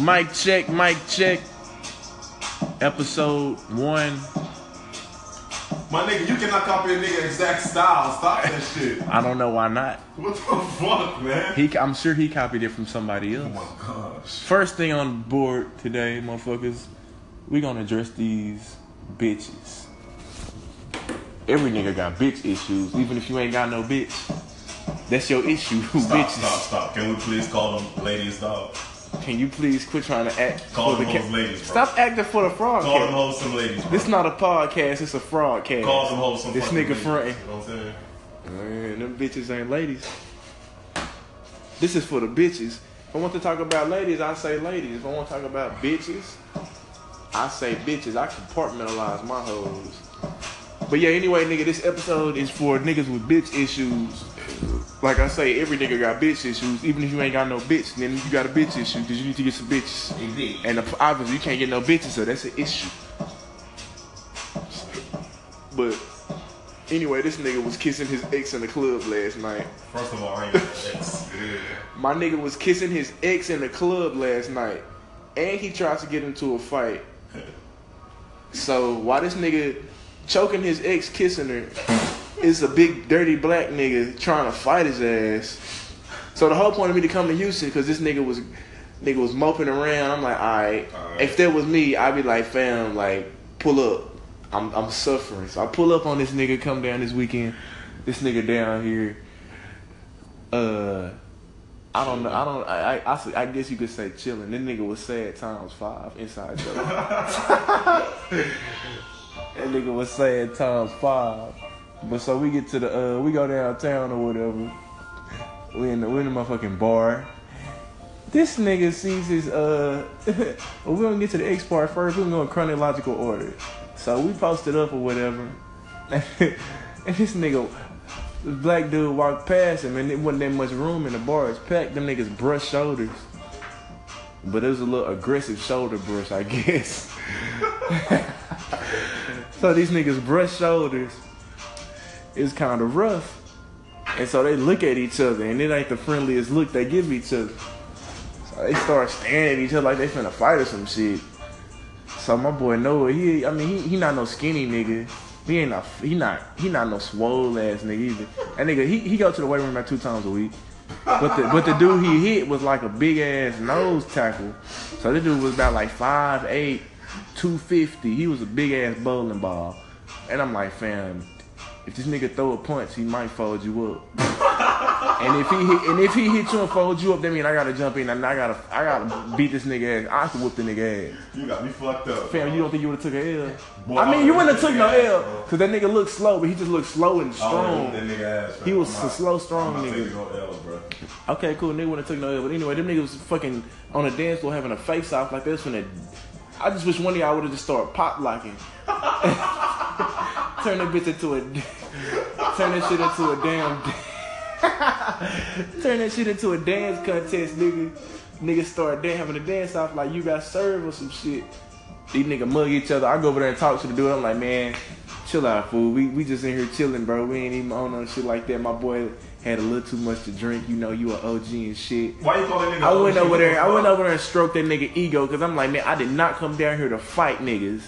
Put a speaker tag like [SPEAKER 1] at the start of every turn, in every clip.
[SPEAKER 1] Mic check, mic check. Episode one.
[SPEAKER 2] My nigga, you cannot copy a nigga exact style. Stop that shit.
[SPEAKER 1] I don't know why not.
[SPEAKER 2] What the fuck, man?
[SPEAKER 1] He, I'm sure he copied it from somebody else.
[SPEAKER 2] oh my gosh.
[SPEAKER 1] First thing on board today, motherfuckers, we gonna address these bitches. Every nigga got bitch issues, even if you ain't got no bitch. That's your issue,
[SPEAKER 2] Stop,
[SPEAKER 1] bitches.
[SPEAKER 2] stop, stop. Can we please call them ladies, dog?
[SPEAKER 1] Can you please quit trying to act
[SPEAKER 2] Call
[SPEAKER 1] for the
[SPEAKER 2] them
[SPEAKER 1] ca-
[SPEAKER 2] hoes ladies, bro.
[SPEAKER 1] Stop acting for the frog.
[SPEAKER 2] Call them
[SPEAKER 1] cat.
[SPEAKER 2] hoes some ladies, bro.
[SPEAKER 1] This not a podcast, it's a fraud cast.
[SPEAKER 2] Call them hoes some
[SPEAKER 1] This
[SPEAKER 2] fucking
[SPEAKER 1] nigga
[SPEAKER 2] ladies,
[SPEAKER 1] fronting.
[SPEAKER 2] You know what I'm saying?
[SPEAKER 1] Man, Uh, them bitches ain't ladies. This is for the bitches. If I want to talk about ladies, I say ladies. If I want to talk about bitches, I say bitches. I compartmentalize my hoes. But yeah, anyway, nigga, this episode is for niggas with bitch issues. Like I say, every nigga got bitch issues. Even if you ain't got no bitch, then you got a bitch issue because you need to get some bitches.
[SPEAKER 2] Indeed.
[SPEAKER 1] And obviously, you can't get no bitches, so that's an issue. But anyway, this nigga was kissing his ex in the club last night.
[SPEAKER 2] First of all, I ain't got an ex. Yeah.
[SPEAKER 1] My nigga was kissing his ex in the club last night. And he tries to get into a fight. So why this nigga choking his ex kissing her is a big dirty black nigga trying to fight his ass. So the whole point of me to come to Houston because this nigga was nigga was moping around. I'm like, alright.
[SPEAKER 2] Alright.
[SPEAKER 1] If that was me, I'd be like, fam, like, pull up. I'm I'm suffering. So I pull up on this nigga come down this weekend. This nigga down here. Uh I don't know. I don't. I, I. I. I guess you could say chilling. This nigga was sad times five inside joke. that nigga was sad times five. But so we get to the. Uh, we go downtown or whatever. We in the. We in the motherfucking bar. This nigga sees his. Uh, well, we gonna get to the X part first. We gonna go in chronological order. So we posted up or whatever. and this nigga. This black dude walked past him, and it wasn't that much room in the bar. It's packed. Them niggas brushed shoulders, but it was a little aggressive shoulder brush, I guess. so these niggas brushed shoulders. It's kind of rough, and so they look at each other, and it ain't the friendliest look they give each other. So they start staring at each other like they finna fight or some shit. So my boy Noah, he I mean he, he not no skinny nigga. He ain't not he not he not no swole ass nigga either. That nigga he, he go to the weight room like two times a week. But the but the dude he hit was like a big ass nose tackle. So this dude was about like 5'8", 250. He was a big ass bowling ball. And I'm like, fam, if this nigga throw a punch, he might fold you up. and if he hit, and if he hit you and fold you up, that mean I gotta jump in and I gotta I gotta beat this nigga ass. I can whoop the nigga ass.
[SPEAKER 2] You got me fucked up.
[SPEAKER 1] Fam, you don't think you would have took an L?
[SPEAKER 2] Boy,
[SPEAKER 1] I
[SPEAKER 2] I
[SPEAKER 1] mean, you wouldn't have
[SPEAKER 2] would've
[SPEAKER 1] took no
[SPEAKER 2] took an
[SPEAKER 1] L
[SPEAKER 2] L, bro.
[SPEAKER 1] because that nigga looked slow, but he just looked slow and
[SPEAKER 2] I don't know
[SPEAKER 1] strong.
[SPEAKER 2] that nigga ass, bro.
[SPEAKER 1] He was
[SPEAKER 2] I'm not-
[SPEAKER 1] a slow, strong
[SPEAKER 2] I'm not
[SPEAKER 1] nigga.
[SPEAKER 2] taking no L's, bro.
[SPEAKER 1] Okay, cool. Nigga wouldn't have took no L, but anyway, them niggas was fucking on the dance floor having a face off like this. When they, I just wish one of y'all would have just started pop locking, turn that bitch into a, turn that shit into a damn, turn that shit into a dance contest, nigga. Niggas start dan- having a dance off like you got served or some shit. These nigga mug each other. I go over there and talk to the dude. I'm like, man, chill out, fool. We we just in here chilling, bro. We ain't even on no shit like that. My boy had a little too much to drink. You know, you a OG and shit.
[SPEAKER 2] Why you call that nigga
[SPEAKER 1] I went
[SPEAKER 2] OG?
[SPEAKER 1] over there. I
[SPEAKER 2] What
[SPEAKER 1] went
[SPEAKER 2] the
[SPEAKER 1] over there and stroked that nigga ego because I'm like, man, I did not come down here to fight niggas.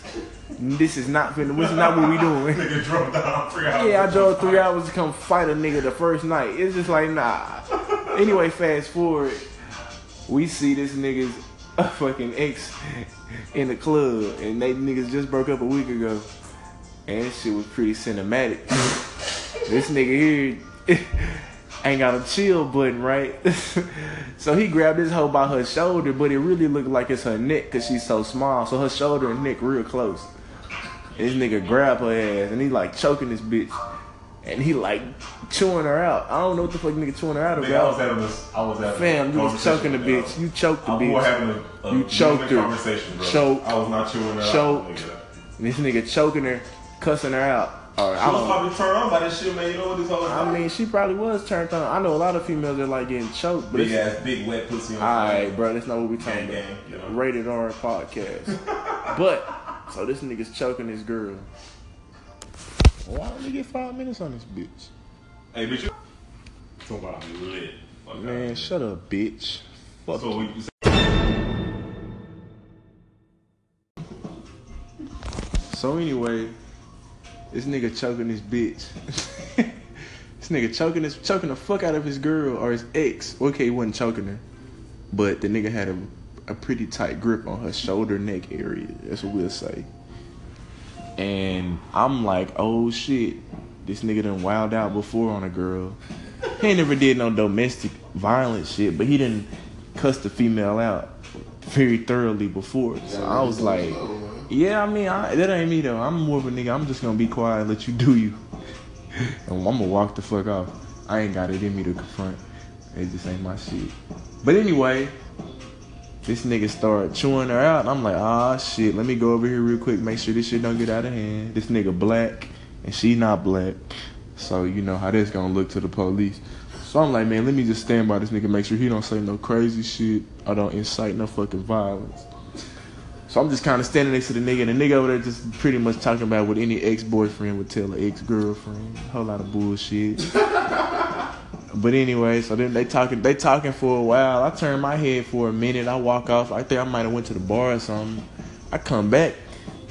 [SPEAKER 1] This is not finna. This is not what we doing.
[SPEAKER 2] fuck? Nigga drove down three hours.
[SPEAKER 1] Yeah, I drove three hours to come fight a nigga the first night. It's just like nah. Anyway, fast forward, we see this nigga's fucking ex in the club, and they niggas just broke up a week ago, and this shit was pretty cinematic. this nigga here ain't got a chill button, right? so he grabbed this hoe by her shoulder, but it really looked like it's her neck because she's so small. So her shoulder and neck real close. This nigga grabbed her ass and he like choking this bitch. And he like chewing her out. I don't know what the fuck nigga chewing her out
[SPEAKER 2] Nigga, I was
[SPEAKER 1] about.
[SPEAKER 2] having this. I was having
[SPEAKER 1] Fam,
[SPEAKER 2] a
[SPEAKER 1] you was choking the
[SPEAKER 2] conversation with
[SPEAKER 1] bitch.
[SPEAKER 2] L.
[SPEAKER 1] You choked the
[SPEAKER 2] I'm more
[SPEAKER 1] bitch.
[SPEAKER 2] having a, a
[SPEAKER 1] You choked
[SPEAKER 2] genuine
[SPEAKER 1] her.
[SPEAKER 2] conversation, bro.
[SPEAKER 1] Choked.
[SPEAKER 2] I was not chewing that
[SPEAKER 1] Choked.
[SPEAKER 2] out, nigga.
[SPEAKER 1] And this nigga choking her, cussing her out. All right, I
[SPEAKER 2] I was
[SPEAKER 1] don't
[SPEAKER 2] probably turned on by this shit, man. You know what this whole
[SPEAKER 1] I mean, she probably was turned on. I know a lot of females that like getting choked, but
[SPEAKER 2] big
[SPEAKER 1] it's,
[SPEAKER 2] ass, big wet pussy. On
[SPEAKER 1] all right, bro, that's not what we talking
[SPEAKER 2] Gang,
[SPEAKER 1] about.
[SPEAKER 2] gang, you know.
[SPEAKER 1] Rated R podcast. but so this nigga's choking this girl. Why don't we get five minutes on this bitch?
[SPEAKER 2] Hey, bitch, you talking about I'm lit. Fuck
[SPEAKER 1] Man,
[SPEAKER 2] out.
[SPEAKER 1] shut up, bitch. Fuck
[SPEAKER 2] So we,
[SPEAKER 1] So anyway, this nigga choking this bitch. this nigga choking this choking the fuck out of his girl or his ex. Okay, he wasn't choking her, but the nigga had a a pretty tight grip on her shoulder neck area. That's what we'll say. And I'm like, oh shit, this nigga done wild out before on a girl. He ain't never did no domestic violence shit, but he didn't cuss the female out very thoroughly before. So I was like, yeah, I mean, I, that ain't me though. I'm more of a nigga. I'm just gonna be quiet and let you do you. And I'm gonna walk the fuck off. I ain't got it in me to confront. It just ain't my shit. But anyway, this nigga started chewing her out. And I'm like, ah, shit. Let me go over here real quick. Make sure this shit don't get out of hand. This nigga black and she not black. So you know how this gonna look to the police. So I'm like, man, let me just stand by this nigga. Make sure he don't say no crazy shit. I don't incite no fucking violence. So I'm just kind of standing next to the nigga, and the nigga over there just pretty much talking about what any ex-boyfriend would tell an ex-girlfriend. A whole lot of bullshit. But anyway, so then they talking they talking for a while. I turn my head for a minute. I walk off. I think I might have went to the bar or something. I come back.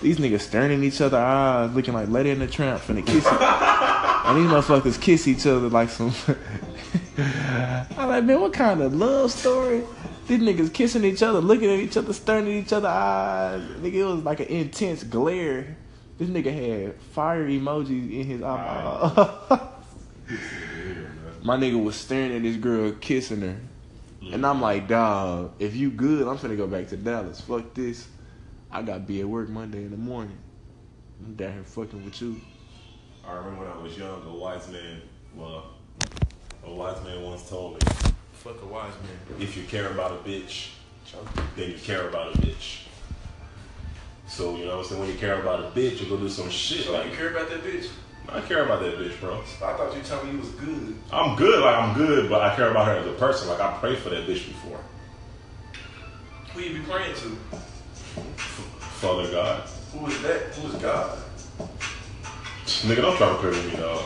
[SPEAKER 1] These niggas staring in each other eyes, looking like Lady in the Tramp finna kiss it. and these motherfuckers kiss each other like some. I'm like, man, what kind of love story? These niggas kissing each other, looking at each other, staring at each other eyes. Nigga, it was like an intense glare. This nigga had fire emojis in his eyeball. my nigga was staring at this girl kissing her. And I'm like, dog, if you good, I'm finna go back to Dallas. Fuck this. I gotta be at work Monday in the morning. I'm down here fucking with you.
[SPEAKER 2] I remember when I was young, a wise man, well, a wise man once told me,
[SPEAKER 1] Fuck a wise man.
[SPEAKER 2] if you care about a bitch, then you care about a bitch. So you know what I'm saying? When you care about a bitch, you go do some shit. Like
[SPEAKER 1] care about that bitch?
[SPEAKER 2] I care about that bitch, bro.
[SPEAKER 1] I thought you told me you was good.
[SPEAKER 2] I'm good, like I'm good, but I care about her as a person. Like I prayed for that bitch before.
[SPEAKER 1] Who you be praying to?
[SPEAKER 2] Father God,
[SPEAKER 1] Who is that? Who is God?
[SPEAKER 2] nigga, don't try to play with me, dog.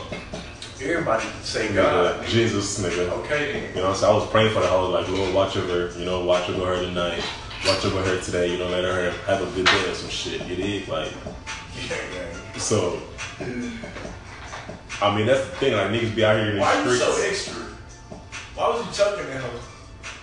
[SPEAKER 1] Everybody say
[SPEAKER 2] Nigga, Jesus, nigga.
[SPEAKER 1] Okay then.
[SPEAKER 2] You know, so I was praying for the whole like, Lord, watch over, her, you know, watch over her tonight, watch over her today, you know, let her have a good day or some shit. You dig? Like, so. I mean, that's the thing. Like, niggas be out here in the streets.
[SPEAKER 1] extra? Why was you chucking at her?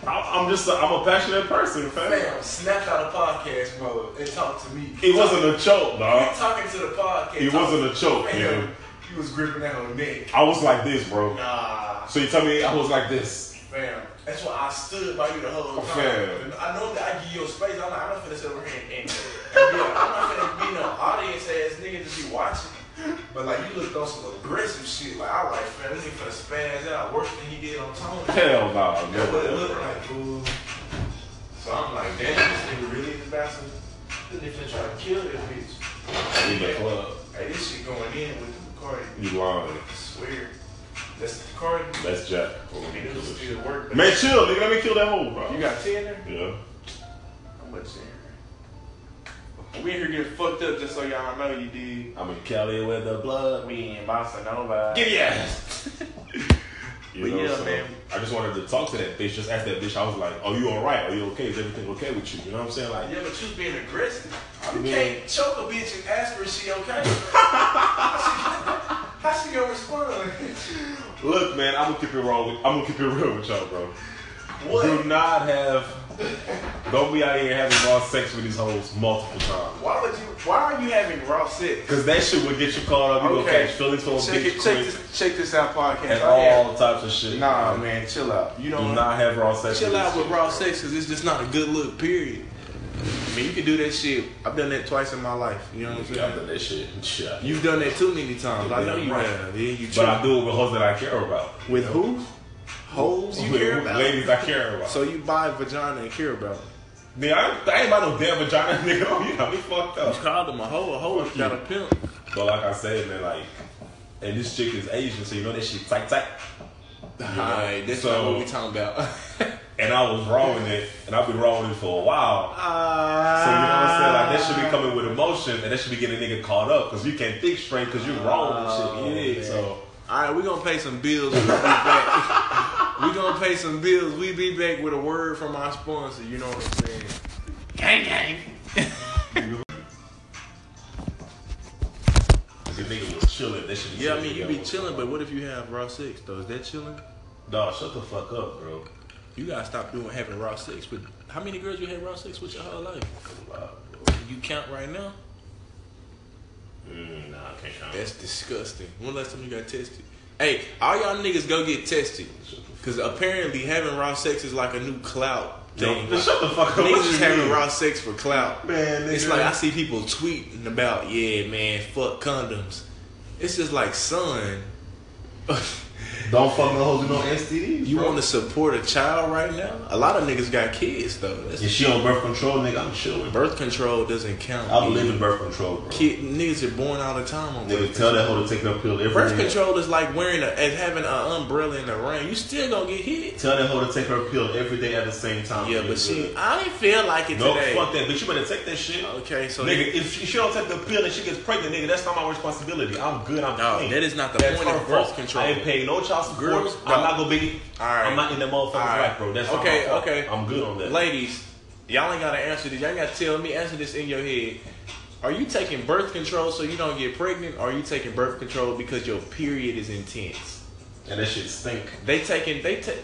[SPEAKER 2] I, I'm just, a, I'm a passionate person, fam.
[SPEAKER 1] snap out of podcast mode and talk to me.
[SPEAKER 2] It wasn't a choke, dog.
[SPEAKER 1] talking to the podcast.
[SPEAKER 2] It wasn't a choke,
[SPEAKER 1] Man,
[SPEAKER 2] yo.
[SPEAKER 1] You was gripping that whole neck.
[SPEAKER 2] I was like this, bro.
[SPEAKER 1] Nah,
[SPEAKER 2] So you tell me I was like this.
[SPEAKER 1] fam. That's why I stood by you the whole time.
[SPEAKER 2] Fam.
[SPEAKER 1] I know that I give you your space. I'm not, I'm not finna sit over here and, and, and be a, I'm not finna be no audience ass nigga to be watching. But like you looked on some aggressive shit. Like I like fam, this nigga finna spaz out worse than he did on Tony.
[SPEAKER 2] Hell nah,
[SPEAKER 1] That's what it
[SPEAKER 2] no.
[SPEAKER 1] looked like, fool. So I'm like, damn, this nigga really is bastard. This nigga finna try to kill this bitch.
[SPEAKER 2] In the club,
[SPEAKER 1] Hey, this shit going in with the Bacardi.
[SPEAKER 2] you lying.
[SPEAKER 1] I swear. That's the Bacardi.
[SPEAKER 2] That's Jack.
[SPEAKER 1] I mean, it'll still work. but-
[SPEAKER 2] Man, chill, nigga. Let me kill that hole, bro.
[SPEAKER 1] You got 10 there?
[SPEAKER 2] Yeah.
[SPEAKER 1] How much in there? We in here getting fucked up just so y'all know you did.
[SPEAKER 2] I'm in Cali with the blood.
[SPEAKER 1] We in Bossa Nova.
[SPEAKER 2] Give me ass. you
[SPEAKER 1] But
[SPEAKER 2] know,
[SPEAKER 1] yeah,
[SPEAKER 2] so
[SPEAKER 1] man.
[SPEAKER 2] I just wanted to talk to that bitch. Just ask that bitch. I was like, "Are you all right? Are you okay? Is everything okay with you?" You know what I'm saying? Like,
[SPEAKER 1] Yeah, but you being aggressive. You
[SPEAKER 2] Yeah.
[SPEAKER 1] can't choke a bitch and ask her if she okay. How she gonna respond?
[SPEAKER 2] look, man. I'm gonna keep it wrong. With, I'm gonna keep it real with y'all, bro. Do
[SPEAKER 1] What?
[SPEAKER 2] not have. Don't be out here having raw sex with these hoes multiple times.
[SPEAKER 1] Why would you? Why are you having raw sex?
[SPEAKER 2] Cause that shit would get you caught up. You gonna
[SPEAKER 1] Okay.
[SPEAKER 2] catch feelings for a
[SPEAKER 1] Check,
[SPEAKER 2] bitch
[SPEAKER 1] it, check
[SPEAKER 2] quick
[SPEAKER 1] this. Check this out, podcast.
[SPEAKER 2] and
[SPEAKER 1] I had-
[SPEAKER 2] all types of shit.
[SPEAKER 1] Nah, man, chill out. You
[SPEAKER 2] Do
[SPEAKER 1] don't.
[SPEAKER 2] not have raw sex.
[SPEAKER 1] Chill
[SPEAKER 2] with
[SPEAKER 1] out
[SPEAKER 2] this
[SPEAKER 1] with
[SPEAKER 2] shit,
[SPEAKER 1] raw
[SPEAKER 2] bro.
[SPEAKER 1] sex because it's just not a good look, period. I mean, you can do that shit. I've done that twice in my life. You know what I'm
[SPEAKER 2] Yeah, I've
[SPEAKER 1] saying?
[SPEAKER 2] done that shit. Yeah.
[SPEAKER 1] You've done that too many times. I know you
[SPEAKER 2] Right.
[SPEAKER 1] have. Yeah, you
[SPEAKER 2] But I
[SPEAKER 1] try.
[SPEAKER 2] do it with hoes that I care about.
[SPEAKER 1] With who? Hoes you
[SPEAKER 2] With
[SPEAKER 1] care about.
[SPEAKER 2] Ladies I care about.
[SPEAKER 1] So you buy vagina and care about.
[SPEAKER 2] Nigga, I, ain't- I ain't about no damn vagina, nigga. You got me fucked up.
[SPEAKER 1] Called them a hoe. A hoe
[SPEAKER 2] Fuck
[SPEAKER 1] got
[SPEAKER 2] you.
[SPEAKER 1] a pimp.
[SPEAKER 2] But like I said, man, like, and this chick is Asian, so you know that shit tight, tight.
[SPEAKER 1] Alright, that's
[SPEAKER 2] So-
[SPEAKER 1] not what we talking about.
[SPEAKER 2] And I was raw in it, and I've been raw in it for a while. So you know what I'm saying? Like, that should be coming with emotion, and that should be getting a nigga caught up, because you can't think straight, because you're
[SPEAKER 1] Oh,
[SPEAKER 2] raw and shit. You dig? So,
[SPEAKER 1] Alright, Uh, we gonna pay some bills. We'll be back. we gonna pay some bills. We be back with a word from our sponsor. You know what I'm saying?
[SPEAKER 2] chilling. They should be
[SPEAKER 1] Yeah, I
[SPEAKER 2] chilling
[SPEAKER 1] mean, you be
[SPEAKER 2] together.
[SPEAKER 1] chilling, but what if you have raw six though? Is that chilling?
[SPEAKER 2] Dog, shut the fuck up, bro.
[SPEAKER 1] You gotta stop doing having raw six. But how many girls you had raw six with your whole life?
[SPEAKER 2] Wow.
[SPEAKER 1] You count right now?
[SPEAKER 2] Mm, nah, I can't count.
[SPEAKER 1] That's disgusting. When last time you got tested? Hey, all y'all niggas go get tested, cause apparently having raw sex is like a new clout thing.
[SPEAKER 2] Yo, shut the fuck up. What
[SPEAKER 1] Niggas
[SPEAKER 2] you
[SPEAKER 1] just having
[SPEAKER 2] mean?
[SPEAKER 1] raw sex for clout.
[SPEAKER 2] Man,
[SPEAKER 1] It's
[SPEAKER 2] nigga.
[SPEAKER 1] like I see people tweeting about, yeah, man, fuck condoms. It's just like, son,
[SPEAKER 2] Don't fuck no hoes with no STDs.
[SPEAKER 1] you
[SPEAKER 2] bro.
[SPEAKER 1] want to support a child right now? A lot of niggas got kids though. That's,
[SPEAKER 2] If she on birth control, nigga, I'm chilling.
[SPEAKER 1] birth control doesn't count.
[SPEAKER 2] I believe
[SPEAKER 1] nigga.
[SPEAKER 2] in birth control, bro.
[SPEAKER 1] Kid, niggas are born all the time on
[SPEAKER 2] Nigga,
[SPEAKER 1] birth control.
[SPEAKER 2] tell that hoe to take her pill every
[SPEAKER 1] Birth
[SPEAKER 2] day.
[SPEAKER 1] control is like wearing a, as having an umbrella in the rain. You still gonna get hit.
[SPEAKER 2] Tell that hoe to take her pill every day at the same time.
[SPEAKER 1] Yeah,
[SPEAKER 2] nigga.
[SPEAKER 1] but she, I didn't feel like it
[SPEAKER 2] No,
[SPEAKER 1] today.
[SPEAKER 2] fuck that, bitch. You better take that shit.
[SPEAKER 1] Okay, so
[SPEAKER 2] Nigga, if she, she don't take the pill and she gets pregnant, nigga, that's not my responsibility. I'm good. I'm
[SPEAKER 1] No,
[SPEAKER 2] clean.
[SPEAKER 1] that is not the
[SPEAKER 2] That's
[SPEAKER 1] point
[SPEAKER 2] her
[SPEAKER 1] of birth
[SPEAKER 2] fault.
[SPEAKER 1] control.
[SPEAKER 2] I ain't paying no child support.
[SPEAKER 1] Girls,
[SPEAKER 2] I'm
[SPEAKER 1] no.
[SPEAKER 2] not gonna be.
[SPEAKER 1] Alright.
[SPEAKER 2] I'm not in that motherfucker's
[SPEAKER 1] Alright.
[SPEAKER 2] life, bro. That's
[SPEAKER 1] Okay,
[SPEAKER 2] Not my fault.
[SPEAKER 1] okay.
[SPEAKER 2] I'm good on that.
[SPEAKER 1] Ladies, y'all ain't gotta answer this. Y'all gotta tell me, answer this in your head. Are you taking birth control so you don't get pregnant, or are you taking birth control because your period is intense?
[SPEAKER 2] And that shit stink.
[SPEAKER 1] They taking they take,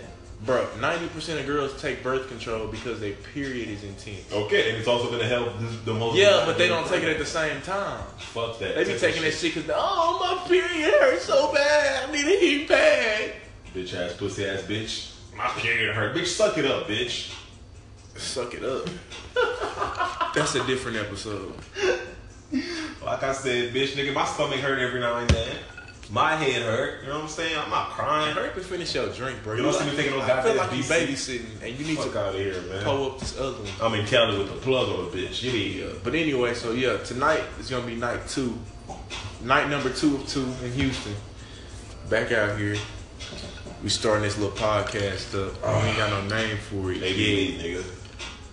[SPEAKER 1] bro. Ninety percent of girls take birth control because their period is intense.
[SPEAKER 2] Okay, and it's also gonna help the, the most.
[SPEAKER 1] Yeah, but they don't take it at the same time.
[SPEAKER 2] Fuck that.
[SPEAKER 1] They be taking that shit because oh my period hurts so bad. I need a heat pad.
[SPEAKER 2] Bitch ass, pussy ass, bitch. My period hurt. Bitch, suck it up, bitch.
[SPEAKER 1] Suck it up. That's a different episode.
[SPEAKER 2] Like I said, bitch, nigga, my stomach hurt every now and then. My head hurt. You know what I'm saying? I'm not crying.
[SPEAKER 1] Hurry up and finish your drink, bro.
[SPEAKER 2] You don't see me taking no
[SPEAKER 1] I feel
[SPEAKER 2] goddamn
[SPEAKER 1] like you
[SPEAKER 2] BC.
[SPEAKER 1] babysitting and you need
[SPEAKER 2] Fuck
[SPEAKER 1] to
[SPEAKER 2] out of here, man.
[SPEAKER 1] pull up this other one.
[SPEAKER 2] I'm in Cali with the plug on, bitch. You need
[SPEAKER 1] Yeah. But anyway, so yeah, tonight is gonna be night two, night number two of two in Houston. Back out here, we starting this little podcast up. we ain't got no name for it.
[SPEAKER 2] They
[SPEAKER 1] yet.
[SPEAKER 2] get it, nigga.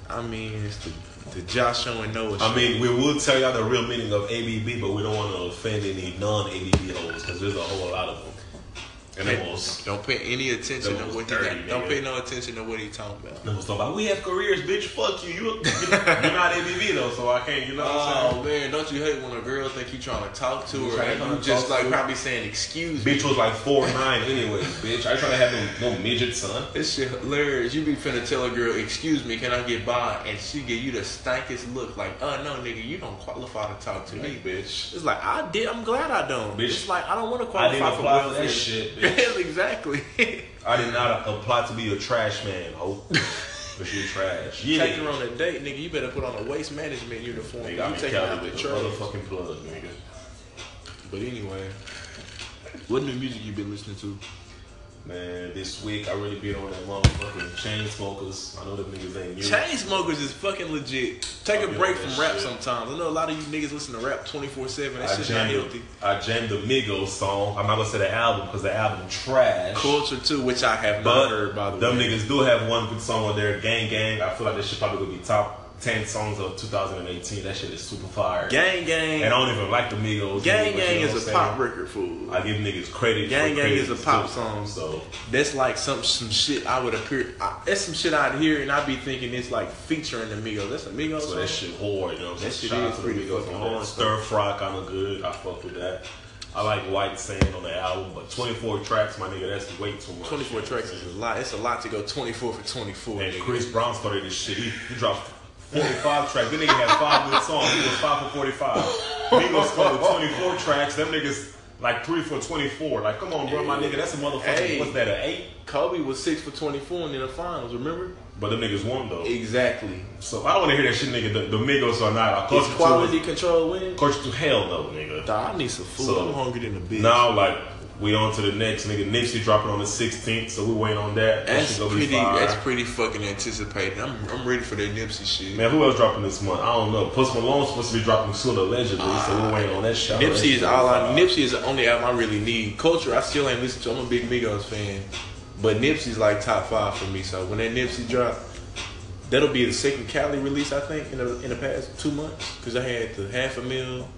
[SPEAKER 1] I mean, it's the the Josh Show and Noah.
[SPEAKER 2] I
[SPEAKER 1] show.
[SPEAKER 2] mean, we will tell y'all the real meaning of ABB, but we don't want to offend any non-ABB hoes because there's a whole lot of them. And
[SPEAKER 1] Hey,
[SPEAKER 2] they was
[SPEAKER 1] don't pay any attention to
[SPEAKER 2] That was
[SPEAKER 1] what
[SPEAKER 2] dirty,
[SPEAKER 1] he got. Don't
[SPEAKER 2] nigga.
[SPEAKER 1] pay no attention to what he talking about.
[SPEAKER 2] they was talking about we have careers, bitch. Fuck you. You you're not ABB though, so I can't. You know what I'm saying?
[SPEAKER 1] Oh man, don't you hate when a girl think you trying to talk to
[SPEAKER 2] You
[SPEAKER 1] her
[SPEAKER 2] tryna
[SPEAKER 1] and
[SPEAKER 2] come
[SPEAKER 1] you just
[SPEAKER 2] talk
[SPEAKER 1] like
[SPEAKER 2] to her.
[SPEAKER 1] probably saying excuse me.
[SPEAKER 2] Bitch was like four nine anyways, bitch. I trying to have no, no midget son.
[SPEAKER 1] This shit hilarious. You be finna tell a girl, excuse me, can I get by? And she give you the stankest look like, oh no, nigga, you don't qualify to talk to me.
[SPEAKER 2] Like, bitch.
[SPEAKER 1] It's like, I did, I'm glad I don't.
[SPEAKER 2] Bitch,
[SPEAKER 1] It's like, I don't want to
[SPEAKER 2] I didn't
[SPEAKER 1] qualify for
[SPEAKER 2] apply for
[SPEAKER 1] welfare.
[SPEAKER 2] that shit, bitch.
[SPEAKER 1] exactly.
[SPEAKER 2] I did not apply to be a trash man, ho. But you trash. Yeah.
[SPEAKER 1] Take her on a date, nigga, you better put on a waste management uniform.
[SPEAKER 2] Nigga,
[SPEAKER 1] you
[SPEAKER 2] I'm in
[SPEAKER 1] taking out
[SPEAKER 2] Cali
[SPEAKER 1] the
[SPEAKER 2] with the
[SPEAKER 1] trash.
[SPEAKER 2] motherfucking plug, nigga.
[SPEAKER 1] But anyway, what new music you been listening to?
[SPEAKER 2] Man, this week I really been on that motherfucking chain smokers. I know them niggas ain't new.
[SPEAKER 1] Chain smokers is fucking legit. Take
[SPEAKER 2] I'll
[SPEAKER 1] a
[SPEAKER 2] be
[SPEAKER 1] break
[SPEAKER 2] on that
[SPEAKER 1] from rap
[SPEAKER 2] shit.
[SPEAKER 1] sometimes. I know a lot of you niggas listen to rap 24 7. That
[SPEAKER 2] I
[SPEAKER 1] shit's not
[SPEAKER 2] jammed,
[SPEAKER 1] healthy.
[SPEAKER 2] the, I jammed the Migos song. I'm not gonna say the album because the album trash.
[SPEAKER 1] Culture too, which I have not
[SPEAKER 2] But
[SPEAKER 1] heard by the
[SPEAKER 2] them
[SPEAKER 1] way.
[SPEAKER 2] niggas do have one good song on there, Gang Gang. I feel like this shit probably gonna be top ten songs of 2018. That shit is super fire.
[SPEAKER 1] Gang Gang.
[SPEAKER 2] And I don't even like the Migos.
[SPEAKER 1] gang
[SPEAKER 2] nigga, but you
[SPEAKER 1] Gang
[SPEAKER 2] know what
[SPEAKER 1] is a
[SPEAKER 2] I'm
[SPEAKER 1] pop
[SPEAKER 2] saying?
[SPEAKER 1] record fool.
[SPEAKER 2] I give niggas credit.
[SPEAKER 1] Gang
[SPEAKER 2] for
[SPEAKER 1] Gang is a
[SPEAKER 2] credits,
[SPEAKER 1] pop
[SPEAKER 2] too.
[SPEAKER 1] song.
[SPEAKER 2] So
[SPEAKER 1] That's like some some shit I would appear. I, that's some shit I'd hear and I'd be thinking it's like featuring the Migos. That's a Migos.
[SPEAKER 2] So
[SPEAKER 1] song?
[SPEAKER 2] that shit hard, you know what I'm saying?
[SPEAKER 1] That shit
[SPEAKER 2] Shout out
[SPEAKER 1] is
[SPEAKER 2] to the
[SPEAKER 1] pretty
[SPEAKER 2] Migos
[SPEAKER 1] fucking
[SPEAKER 2] on that.
[SPEAKER 1] hard.
[SPEAKER 2] Stir fry kind of good. I fuck with that. I like White Sand on the album, but 24 tracks, my nigga, that's way too much.
[SPEAKER 1] 24 tracks is a lot. It's a lot to go 24 for 24.
[SPEAKER 2] And
[SPEAKER 1] nigga.
[SPEAKER 2] Chris Brown started this shit. He, he dropped 45 tracks. Then nigga had five good songs. He was five for 45. Migos started with 24 tracks. Them niggas like three for 24. Like, come on, bro, my nigga, that's a motherfucker.
[SPEAKER 1] Hey.
[SPEAKER 2] What's that, an eight?
[SPEAKER 1] Kobe was 6 for 24 in the finals, remember?
[SPEAKER 2] But them niggas won though.
[SPEAKER 1] Exactly.
[SPEAKER 2] So I don't want to hear that shit, nigga. The, the Migos are not. I
[SPEAKER 1] Is
[SPEAKER 2] culture
[SPEAKER 1] quality
[SPEAKER 2] to
[SPEAKER 1] control win?
[SPEAKER 2] culture to hell though, nigga.
[SPEAKER 1] Nah, I need some food.
[SPEAKER 2] So-
[SPEAKER 1] I'm hungry than a bitch.
[SPEAKER 2] Now, like, we on to the next nigga. Nipsey dropping on the 16th, so we waiting on that. That
[SPEAKER 1] that's
[SPEAKER 2] shit gonna
[SPEAKER 1] pretty.
[SPEAKER 2] be fire.
[SPEAKER 1] That's pretty fucking anticipated. I'm I'm ready for that Nipsey shit.
[SPEAKER 2] Man, who else dropping this month? I don't know. Post Malone's supposed to be dropping soon, allegedly, so we waiting on that shit. That
[SPEAKER 1] Nipsey
[SPEAKER 2] shit
[SPEAKER 1] is all I.
[SPEAKER 2] fire.
[SPEAKER 1] Nipsey is the only album I really need. Culture, I still ain't listened to. I'm a big Migos fan, but Nipsey's like top five for me. So when that Nipsey drop, that'll be the second Cali release I think in the in the past two months because I had the Half a Mil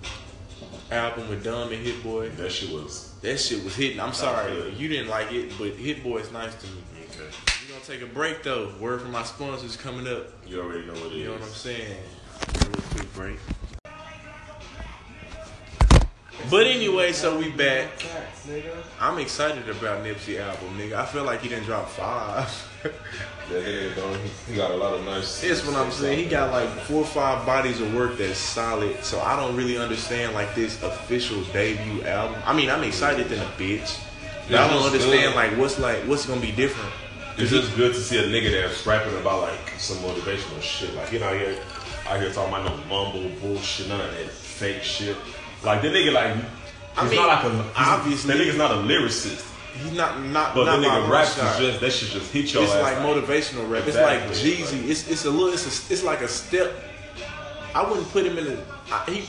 [SPEAKER 1] album with Dumb and Hit Boy.
[SPEAKER 2] That shit was.
[SPEAKER 1] That shit was hitting. I'm sorry
[SPEAKER 2] good.
[SPEAKER 1] you didn't like it, but Hit Boy is nice to me.
[SPEAKER 2] Okay.
[SPEAKER 1] We're gonna take a break though. Word from my sponsors coming up.
[SPEAKER 2] You already know what it is.
[SPEAKER 1] You know what I'm saying? A real quick break. But anyway, so we back.
[SPEAKER 3] Facts, nigga.
[SPEAKER 1] I'm excited about Nipsey album, nigga. I feel like he didn't drop five.
[SPEAKER 3] That nigga gone. He- He got a lot of nice.
[SPEAKER 1] That's what I'm saying. He got like four or five bodies of work that's solid. So I don't really understand like this official debut album. I mean, I'm excited than a bitch. But I don't
[SPEAKER 2] It's just
[SPEAKER 1] understand
[SPEAKER 2] good.
[SPEAKER 1] like what's like what's gonna be different.
[SPEAKER 2] It's just good to see a nigga that's rapping about like some motivational shit. Like you know, here out here talking about no mumble bullshit, none of that fake shit. Like the nigga, like he's
[SPEAKER 1] I mean,
[SPEAKER 2] not like a he's-
[SPEAKER 1] obviously-
[SPEAKER 2] that nigga's not a lyricist,
[SPEAKER 1] He's not not
[SPEAKER 2] but
[SPEAKER 1] not
[SPEAKER 2] the
[SPEAKER 1] my
[SPEAKER 2] nigga raps
[SPEAKER 1] rock
[SPEAKER 2] is
[SPEAKER 1] star.
[SPEAKER 2] just that shit just hit your
[SPEAKER 1] it's
[SPEAKER 2] ass.
[SPEAKER 1] like motivational rap. It's
[SPEAKER 2] Exactly.
[SPEAKER 1] like Jeezy. it's it's a little. It's a, it's like a step. I wouldn't put him in a. I, he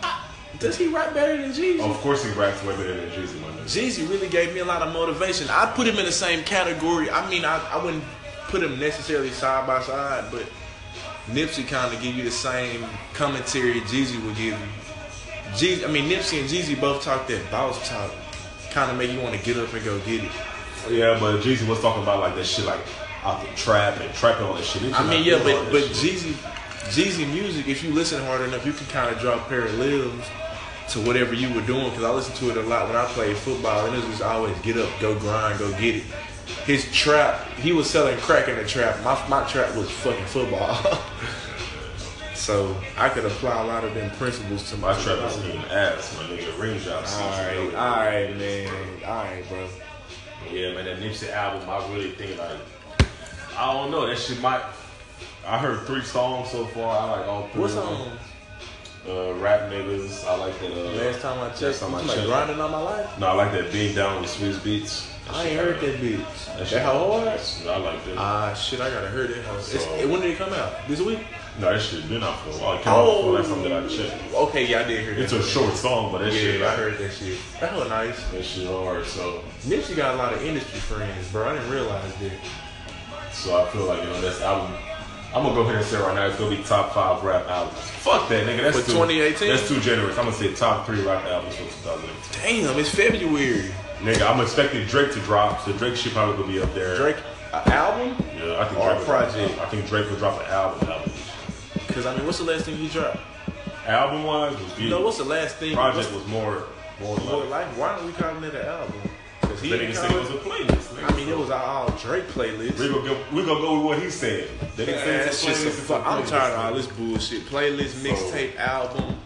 [SPEAKER 1] I- does he rap better than Jeezy?
[SPEAKER 2] of course he raps way better than Jeezy, my nigga.
[SPEAKER 1] Jeezy really gave me a lot of motivation. I put him in the same category. I mean, I, I wouldn't put him necessarily side by side, but Nipsey kind of give you the same commentary Jeezy would give you. Jeezy, I mean, Nipsey and Jeezy both talk that boss talk, kind of make you want to get up and go get it.
[SPEAKER 2] Yeah, but Jeezy was talking about like that shit, like out the trap and trapping all that shit. He
[SPEAKER 1] I mean,
[SPEAKER 2] not
[SPEAKER 1] yeah,
[SPEAKER 2] doing all
[SPEAKER 1] but
[SPEAKER 2] that
[SPEAKER 1] but
[SPEAKER 2] shit.
[SPEAKER 1] Jeezy, Jeezy music. If you listen hard enough, you can kind of draw parallels to whatever you were doing. Because I listened to it a lot when I played football, and it was just always get up, go grind, go get it. His trap, he was selling crack in the trap. My my trap was fucking football. so I could apply a lot of them principles to my
[SPEAKER 2] my trap is eating ass, my nigga. Ring job.
[SPEAKER 1] All right, all right, man, all right, bro.
[SPEAKER 2] Yeah, man, that Nipsey album, I really think like, I don't know, that shit might. I heard three songs so far. I like all three.
[SPEAKER 1] What's
[SPEAKER 2] of
[SPEAKER 1] on?
[SPEAKER 2] them. Uh, rap niggas. I like that. Uh,
[SPEAKER 1] Last time I checked,
[SPEAKER 2] Last time
[SPEAKER 1] you
[SPEAKER 2] I
[SPEAKER 1] like
[SPEAKER 2] checked.
[SPEAKER 1] grinding on my life.
[SPEAKER 2] No, I like that being down with Swiss Beats.
[SPEAKER 1] I ain't heard that bitch.
[SPEAKER 2] That
[SPEAKER 1] That,
[SPEAKER 2] shit-
[SPEAKER 1] that hard.
[SPEAKER 2] I like that.
[SPEAKER 1] Ah, shit, I gotta hear that. It's,
[SPEAKER 2] So-
[SPEAKER 1] it- when did it come out? This week?
[SPEAKER 2] no, that shit been out for a while. It came out before last time that I checked.
[SPEAKER 1] Okay, yeah, I did hear that.
[SPEAKER 2] It's a short song, but that
[SPEAKER 1] yeah,
[SPEAKER 2] shit,
[SPEAKER 1] I heard that shit. That was nice.
[SPEAKER 2] that shit hard. So,
[SPEAKER 1] Nipsey got a lot of industry friends, bro. I didn't realize that.
[SPEAKER 2] so I feel like you know that's album. I'm gonna go ahead and say right now it's gonna be top five rap albums. Fuck that, nigga. That's
[SPEAKER 1] For
[SPEAKER 2] too-
[SPEAKER 1] 2018?
[SPEAKER 2] That's too generous. I'm gonna say top three rap albums for 2018.
[SPEAKER 1] Damn, it's February.
[SPEAKER 2] Nigga, I'm expecting Drake to drop, so Drake should probably gonna be up there.
[SPEAKER 1] Drake, an album?
[SPEAKER 2] Yeah, I think
[SPEAKER 1] Or
[SPEAKER 2] Drake
[SPEAKER 1] project.
[SPEAKER 2] I think Drake will drop an album. Album,
[SPEAKER 1] Because, I mean, what's the last thing he dropped?
[SPEAKER 2] album wise was good.
[SPEAKER 1] You know, what's the last thing?
[SPEAKER 2] project
[SPEAKER 1] what's-
[SPEAKER 2] was more more
[SPEAKER 1] Boy,
[SPEAKER 2] like.
[SPEAKER 1] like, why don't we calling it an album? Because he
[SPEAKER 2] That nigga
[SPEAKER 1] didn't
[SPEAKER 2] said it
[SPEAKER 1] call
[SPEAKER 2] was a
[SPEAKER 1] it.
[SPEAKER 2] playlist. Nigga.
[SPEAKER 1] I mean, it was our all Drake playlist.
[SPEAKER 2] We gonna go. We gonna go with what he said. That nigga said
[SPEAKER 1] That's
[SPEAKER 2] it's a
[SPEAKER 1] just a
[SPEAKER 2] playlist, it's a
[SPEAKER 1] fuck. I'm
[SPEAKER 2] playlist,
[SPEAKER 1] tired of all
[SPEAKER 2] nigga.
[SPEAKER 1] this bullshit. Playlist, mixtape, album.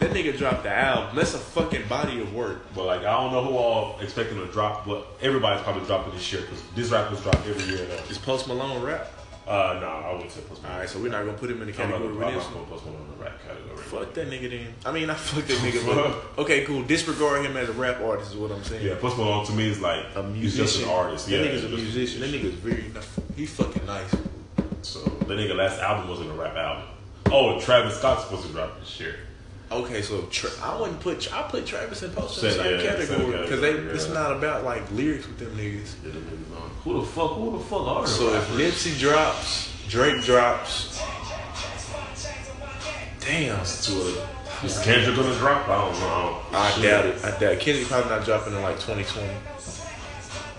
[SPEAKER 1] That nigga dropped the album. That's a fucking body of work.
[SPEAKER 2] But like, I don't know who all expecting to drop, but everybody's probably dropping this year because this rappers drop every year. Though.
[SPEAKER 1] Is Post Malone rap?
[SPEAKER 2] Uh, nah, I wouldn't say Post
[SPEAKER 1] All
[SPEAKER 2] Malone.
[SPEAKER 1] right, so we're not gonna put him in the
[SPEAKER 2] I'm not
[SPEAKER 1] category
[SPEAKER 2] gonna
[SPEAKER 1] with
[SPEAKER 2] I'm
[SPEAKER 1] this.
[SPEAKER 2] not gonna put Post Malone in the rap category.
[SPEAKER 1] Fuck that nigga then. I mean, I fuck that nigga. but okay, cool. Disregard him as a rap artist is what I'm saying.
[SPEAKER 2] Yeah, Post Malone to me is like
[SPEAKER 1] A
[SPEAKER 2] he's
[SPEAKER 1] musician.
[SPEAKER 2] just an artist.
[SPEAKER 1] That
[SPEAKER 2] yeah,
[SPEAKER 1] nigga's a
[SPEAKER 2] he's just-
[SPEAKER 1] musician. That nigga's very. ni- He fucking nice.
[SPEAKER 2] So the nigga last album wasn't a rap album. Oh, Travis Scott's supposed to drop this year.
[SPEAKER 1] Okay, so tra- I wouldn't put. Tra- I put Travis and Post in the
[SPEAKER 2] Same-
[SPEAKER 1] same
[SPEAKER 2] yeah, same
[SPEAKER 1] category because they.
[SPEAKER 2] category,
[SPEAKER 1] It's
[SPEAKER 2] yeah.
[SPEAKER 1] not about like lyrics with them niggas.
[SPEAKER 2] Who the fuck? Who the fuck are
[SPEAKER 1] So if Nipsey drops, Drake drops. Damn, it's too early.
[SPEAKER 2] Is Kendrick gonna drop? I don't know.
[SPEAKER 1] I
[SPEAKER 2] Shit.
[SPEAKER 1] doubt it. I doubt it. Kendrick probably not dropping in like 2020.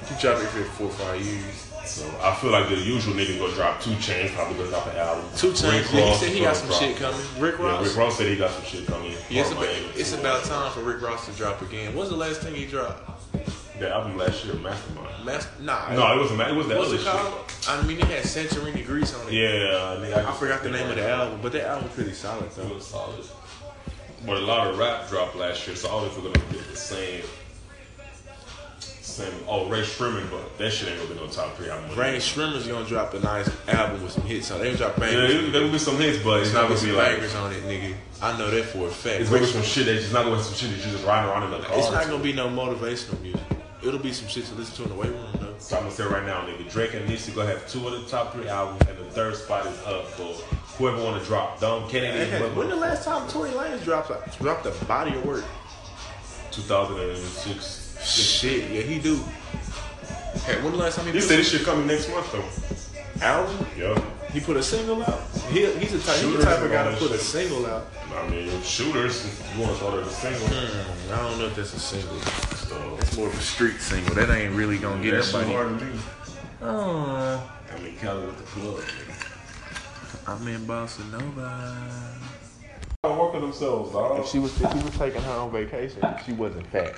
[SPEAKER 1] He dropped it for four or five years.
[SPEAKER 2] So I feel like the usual nigga gonna drop two chains. Probably gonna drop an album.
[SPEAKER 1] Two times.
[SPEAKER 2] Rick
[SPEAKER 1] He
[SPEAKER 2] Ross
[SPEAKER 1] said he
[SPEAKER 2] gonna
[SPEAKER 1] got some
[SPEAKER 2] drop.
[SPEAKER 1] shit coming. Rick
[SPEAKER 2] Yeah,
[SPEAKER 1] Ross.
[SPEAKER 2] Rick Ross said he got some shit coming.
[SPEAKER 1] Yeah, it's,
[SPEAKER 2] From
[SPEAKER 1] about,
[SPEAKER 2] Miami,
[SPEAKER 1] it's
[SPEAKER 2] too.
[SPEAKER 1] about time for Rick Ross to drop again. What's the last thing he dropped?
[SPEAKER 2] that album last year, Mastermind.
[SPEAKER 1] Mas- nah.
[SPEAKER 2] No, it wasn't. It was that
[SPEAKER 1] What's
[SPEAKER 2] other
[SPEAKER 1] it
[SPEAKER 2] shit.
[SPEAKER 1] called? I mean, it had Santorini grease on it.
[SPEAKER 2] Yeah, nigga,
[SPEAKER 1] I forgot the name of the album, but that album pretty solid
[SPEAKER 2] It
[SPEAKER 1] though.
[SPEAKER 2] was solid. But a lot of rap dropped last year, so all of us are gonna get the same. Same. Oh, Ray Sherman, but that shit ain't gonna be no top three album.
[SPEAKER 1] Rain Shrimmer's gonna drop a nice album with some hits on. it. They gonna drop
[SPEAKER 2] Yeah,
[SPEAKER 1] bangers.
[SPEAKER 2] there- there will be some hits, but it's
[SPEAKER 1] It's
[SPEAKER 2] not
[SPEAKER 1] not
[SPEAKER 2] gonna
[SPEAKER 1] with
[SPEAKER 2] be
[SPEAKER 1] some
[SPEAKER 2] like.
[SPEAKER 1] bangers on it, nigga. I know that for a fact.
[SPEAKER 2] It's gonna be some shit that's just not gonna be some shit that you just riding around in the car.
[SPEAKER 1] It's not gonna be no motivational music. It'll be some shit to listen to in the weight room though.
[SPEAKER 2] So I'm gonna say right now, nigga, Drake and Nipsey gonna have two of the top three albums, and the third spot is up for whoever wanna drop. Dumb Kennedy,
[SPEAKER 1] When the last time Tory Lanez dropped a, dropped a body of work?
[SPEAKER 2] 2006.
[SPEAKER 1] Shit, yeah, he do. Hey, when the last time he
[SPEAKER 2] He
[SPEAKER 1] put
[SPEAKER 2] said this shit coming next month though.
[SPEAKER 1] an album?
[SPEAKER 2] Yeah,
[SPEAKER 1] He put a single out. He, he's a type. He's the
[SPEAKER 2] Shooters
[SPEAKER 1] type of
[SPEAKER 2] and
[SPEAKER 1] guy to
[SPEAKER 2] all that
[SPEAKER 1] put a
[SPEAKER 2] shit.
[SPEAKER 1] single out.
[SPEAKER 2] I mean, shooters. If you wanna call it a single.
[SPEAKER 1] Hmm, I don't know if that's a single.
[SPEAKER 2] So
[SPEAKER 1] It's more of a street single. That ain't really gonna get
[SPEAKER 2] that's
[SPEAKER 1] nobody.
[SPEAKER 2] hard to do.
[SPEAKER 1] Oh,
[SPEAKER 2] I mean, Cali with the club. nigga.
[SPEAKER 1] I'm in Bossa Nova.
[SPEAKER 4] They're working themselves,
[SPEAKER 1] If
[SPEAKER 4] dog.
[SPEAKER 1] she was if he was taking her on vacation, she wasn't fat.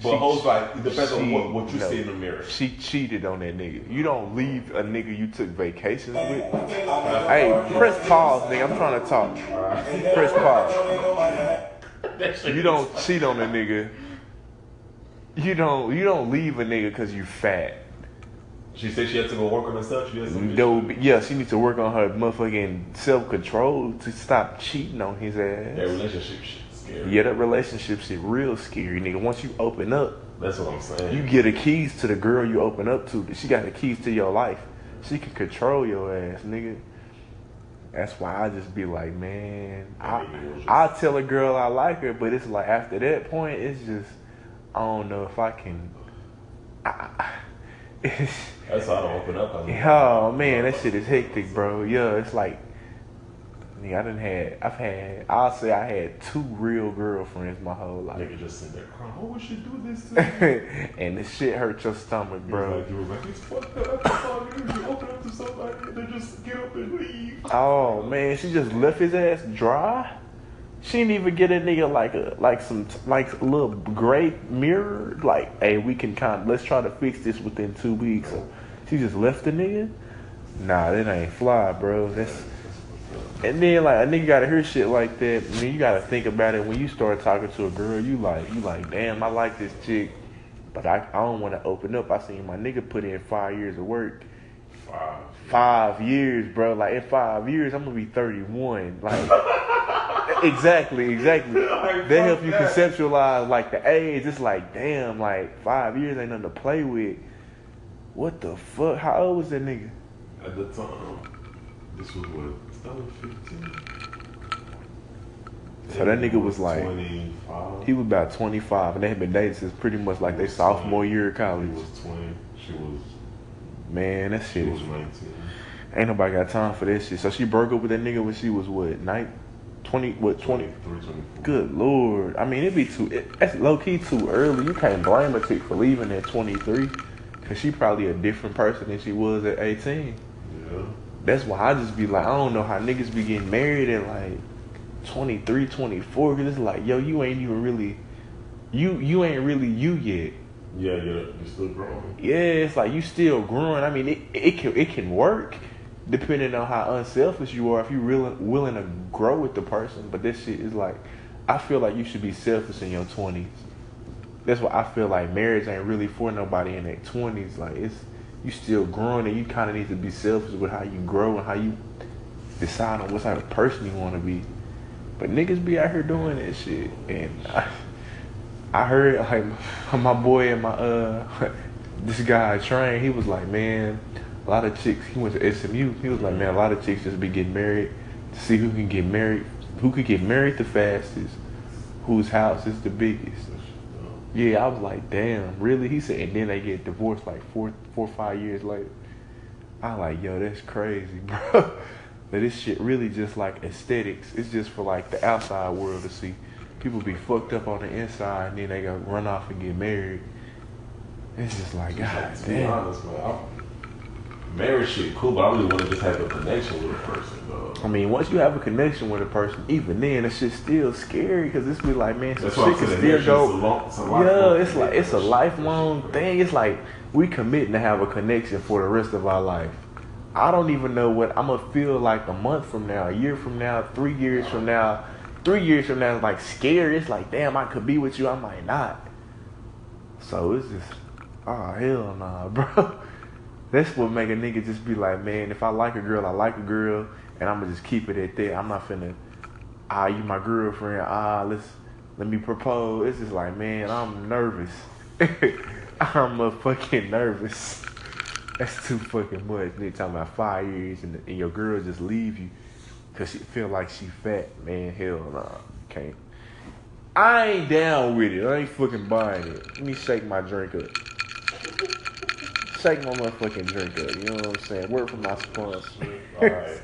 [SPEAKER 4] But hoes like it depends on
[SPEAKER 1] she-
[SPEAKER 4] what, what you
[SPEAKER 1] no.
[SPEAKER 4] see in the mirror.
[SPEAKER 1] She cheated on that nigga. You don't leave a nigga you took vacations with. Hey, press pause, nigga. I'm trying to talk. Press pause. You don't cheat on a nigga. You don't you don't leave a nigga cause you fat.
[SPEAKER 4] She said she had to go work on herself. She had some bitch.
[SPEAKER 1] Though yeah, she needs to work on her motherfucking self control to stop cheating on his
[SPEAKER 4] That
[SPEAKER 1] ass.
[SPEAKER 4] relationship shit scary.
[SPEAKER 1] Yeah, that relationship shit real scary, nigga. Once you open up,
[SPEAKER 4] That's what I'm saying.
[SPEAKER 1] You get the keys to the girl you open up to. She got the keys to your life. She can control your ass, nigga. That's why I just be like, man, I I tell a girl I like her, but it's like after that point, it's just I don't know if I can. I, I- it's,
[SPEAKER 4] That's why I don't open up. I'm
[SPEAKER 1] Oh man, that shit is hectic, bro. Yeah, it's like, nigga, I done had, I've had, I'll say I had two real girlfriends my whole life,
[SPEAKER 4] nigga just sitting there crying. Who would she do this to?
[SPEAKER 1] and this shit hurt your stomach, bro.
[SPEAKER 4] Like, you were like, it's fucked up. That's all you do. You open up to somebody and they just get up and leave.
[SPEAKER 1] Oh man, she just left his ass dry. She didn't even get a nigga like a like some like a little gray mirror. Like, hey, we can kind let's try to fix this within two weeks. She just left the nigga. Nah, that ain't fly, bro. That's and then like a nigga gotta hear shit like that. I mean, you gotta think about it when you start talking to a girl. You like you like, damn, I like this chick, but I I don't want to open up. I seen my nigga put in five years of work
[SPEAKER 4] Wow.
[SPEAKER 1] five years, bro. Like in five years, I'm gonna be 31. Like exactly, exactly. They help you conceptualize like the age. It's like damn, like five years ain't nothing to play with. What the fuck? How old was that nigga?
[SPEAKER 4] At the time, this was what? That was 15.
[SPEAKER 1] So that nigga was like,
[SPEAKER 4] 25.
[SPEAKER 1] he was about 25, and they had been dating since pretty much like their sophomore year of
[SPEAKER 4] He
[SPEAKER 1] college.
[SPEAKER 4] was 20. She was,
[SPEAKER 1] Man, that
[SPEAKER 4] she
[SPEAKER 1] shit
[SPEAKER 4] was
[SPEAKER 1] is
[SPEAKER 4] 19.
[SPEAKER 1] ain't nobody got time for that shit. So she broke up with that nigga when she was what night, 20, what 20,
[SPEAKER 4] 23, 24.
[SPEAKER 1] Good lord. I mean, it'd be too, it, that's low key too early. You can't blame a chick for leaving at 23 because she probably a different person than she was at 18.
[SPEAKER 4] Yeah.
[SPEAKER 1] That's why I just be like, I don't know how niggas be getting married at like 23, 24 because it's like, yo, you ain't even really, you, you ain't really you yet.
[SPEAKER 4] Yeah, yeah, you're still growing.
[SPEAKER 1] Yeah, it's like you still growing. I mean, it, it can it can work depending on how unselfish you are. If you really willing to grow with the person, but this shit is like, I feel like you should be selfish in your twenties. That's why I feel like marriage ain't really for nobody in their twenties. Like it's you still growing and you kind of need to be selfish with how you grow and how you decide on what type of person you want to be. But niggas be out here doing that shit, and I, I heard like my boy and my uh this guy train. He was like, man, a lot of chicks. He went to SMU. He was like, man, a lot of chicks just be getting married to see who can get married, who could get married the fastest, whose house is the biggest. Yeah, I was like, damn, really? He said, and then they get divorced like four, four or five years later. I'm like, yo, that's crazy, bro. But this shit really just like aesthetics. It's just for like the outside world to see. People be fucked up on the inside and then they got run off and get married. It's just like, god
[SPEAKER 4] To be
[SPEAKER 1] damn.
[SPEAKER 4] honest, man, I'm, marriage shit cool, but I really want to just have a connection with a person, though.
[SPEAKER 1] I mean, once you have a connection with a person, even then, that shit's still scary because it's be like, man, some
[SPEAKER 4] That's why
[SPEAKER 1] shit
[SPEAKER 4] I'm
[SPEAKER 1] can
[SPEAKER 4] saying
[SPEAKER 1] still
[SPEAKER 4] marriage is a
[SPEAKER 1] go.
[SPEAKER 4] long, it's a
[SPEAKER 1] yeah,
[SPEAKER 4] lifelong
[SPEAKER 1] it's like it's a
[SPEAKER 4] thing.
[SPEAKER 1] lifelong thing. It's like we committing to have a connection for the rest of our life. I don't even know what I'm gonna feel like a month from now, a year from now, three years from now. Three years from now, it's like scary. It's like, damn, I could be with you, I might not. So it's just, oh hell nah, bro. That's what make a nigga just be like, man, if I like a girl, I like a girl, and I'ma just keep it at that. I'm not finna, ah, you my girlfriend, ah, let's let me propose. It's just like, man, I'm nervous. I'm a fucking nervous. That's too fucking much. Nigga talking about five years and, and your girl just leave you because she feel like she fat. Man, hell nah, can't. I ain't down with it. I ain't fucking buying it. Let me shake my drink up. Shake my motherfucking drink up. You know what I'm saying? Work for my sponsor.
[SPEAKER 4] Alright.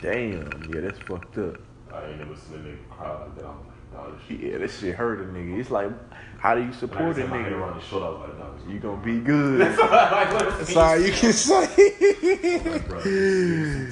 [SPEAKER 1] Damn, yeah, that's fucked up.
[SPEAKER 4] I ain't never seen a nigga cry like that. I'm like, dog, this shit.
[SPEAKER 1] Yeah, that shit hurt a nigga. It's like, how do you
[SPEAKER 4] When I
[SPEAKER 1] support a
[SPEAKER 4] took my hand
[SPEAKER 1] nigga?
[SPEAKER 4] around his shoulder, I was like, dog, this
[SPEAKER 1] You
[SPEAKER 4] shit.
[SPEAKER 1] gonna be good.
[SPEAKER 4] Like, what?
[SPEAKER 1] That's all you can say.
[SPEAKER 4] Like, bro, this is-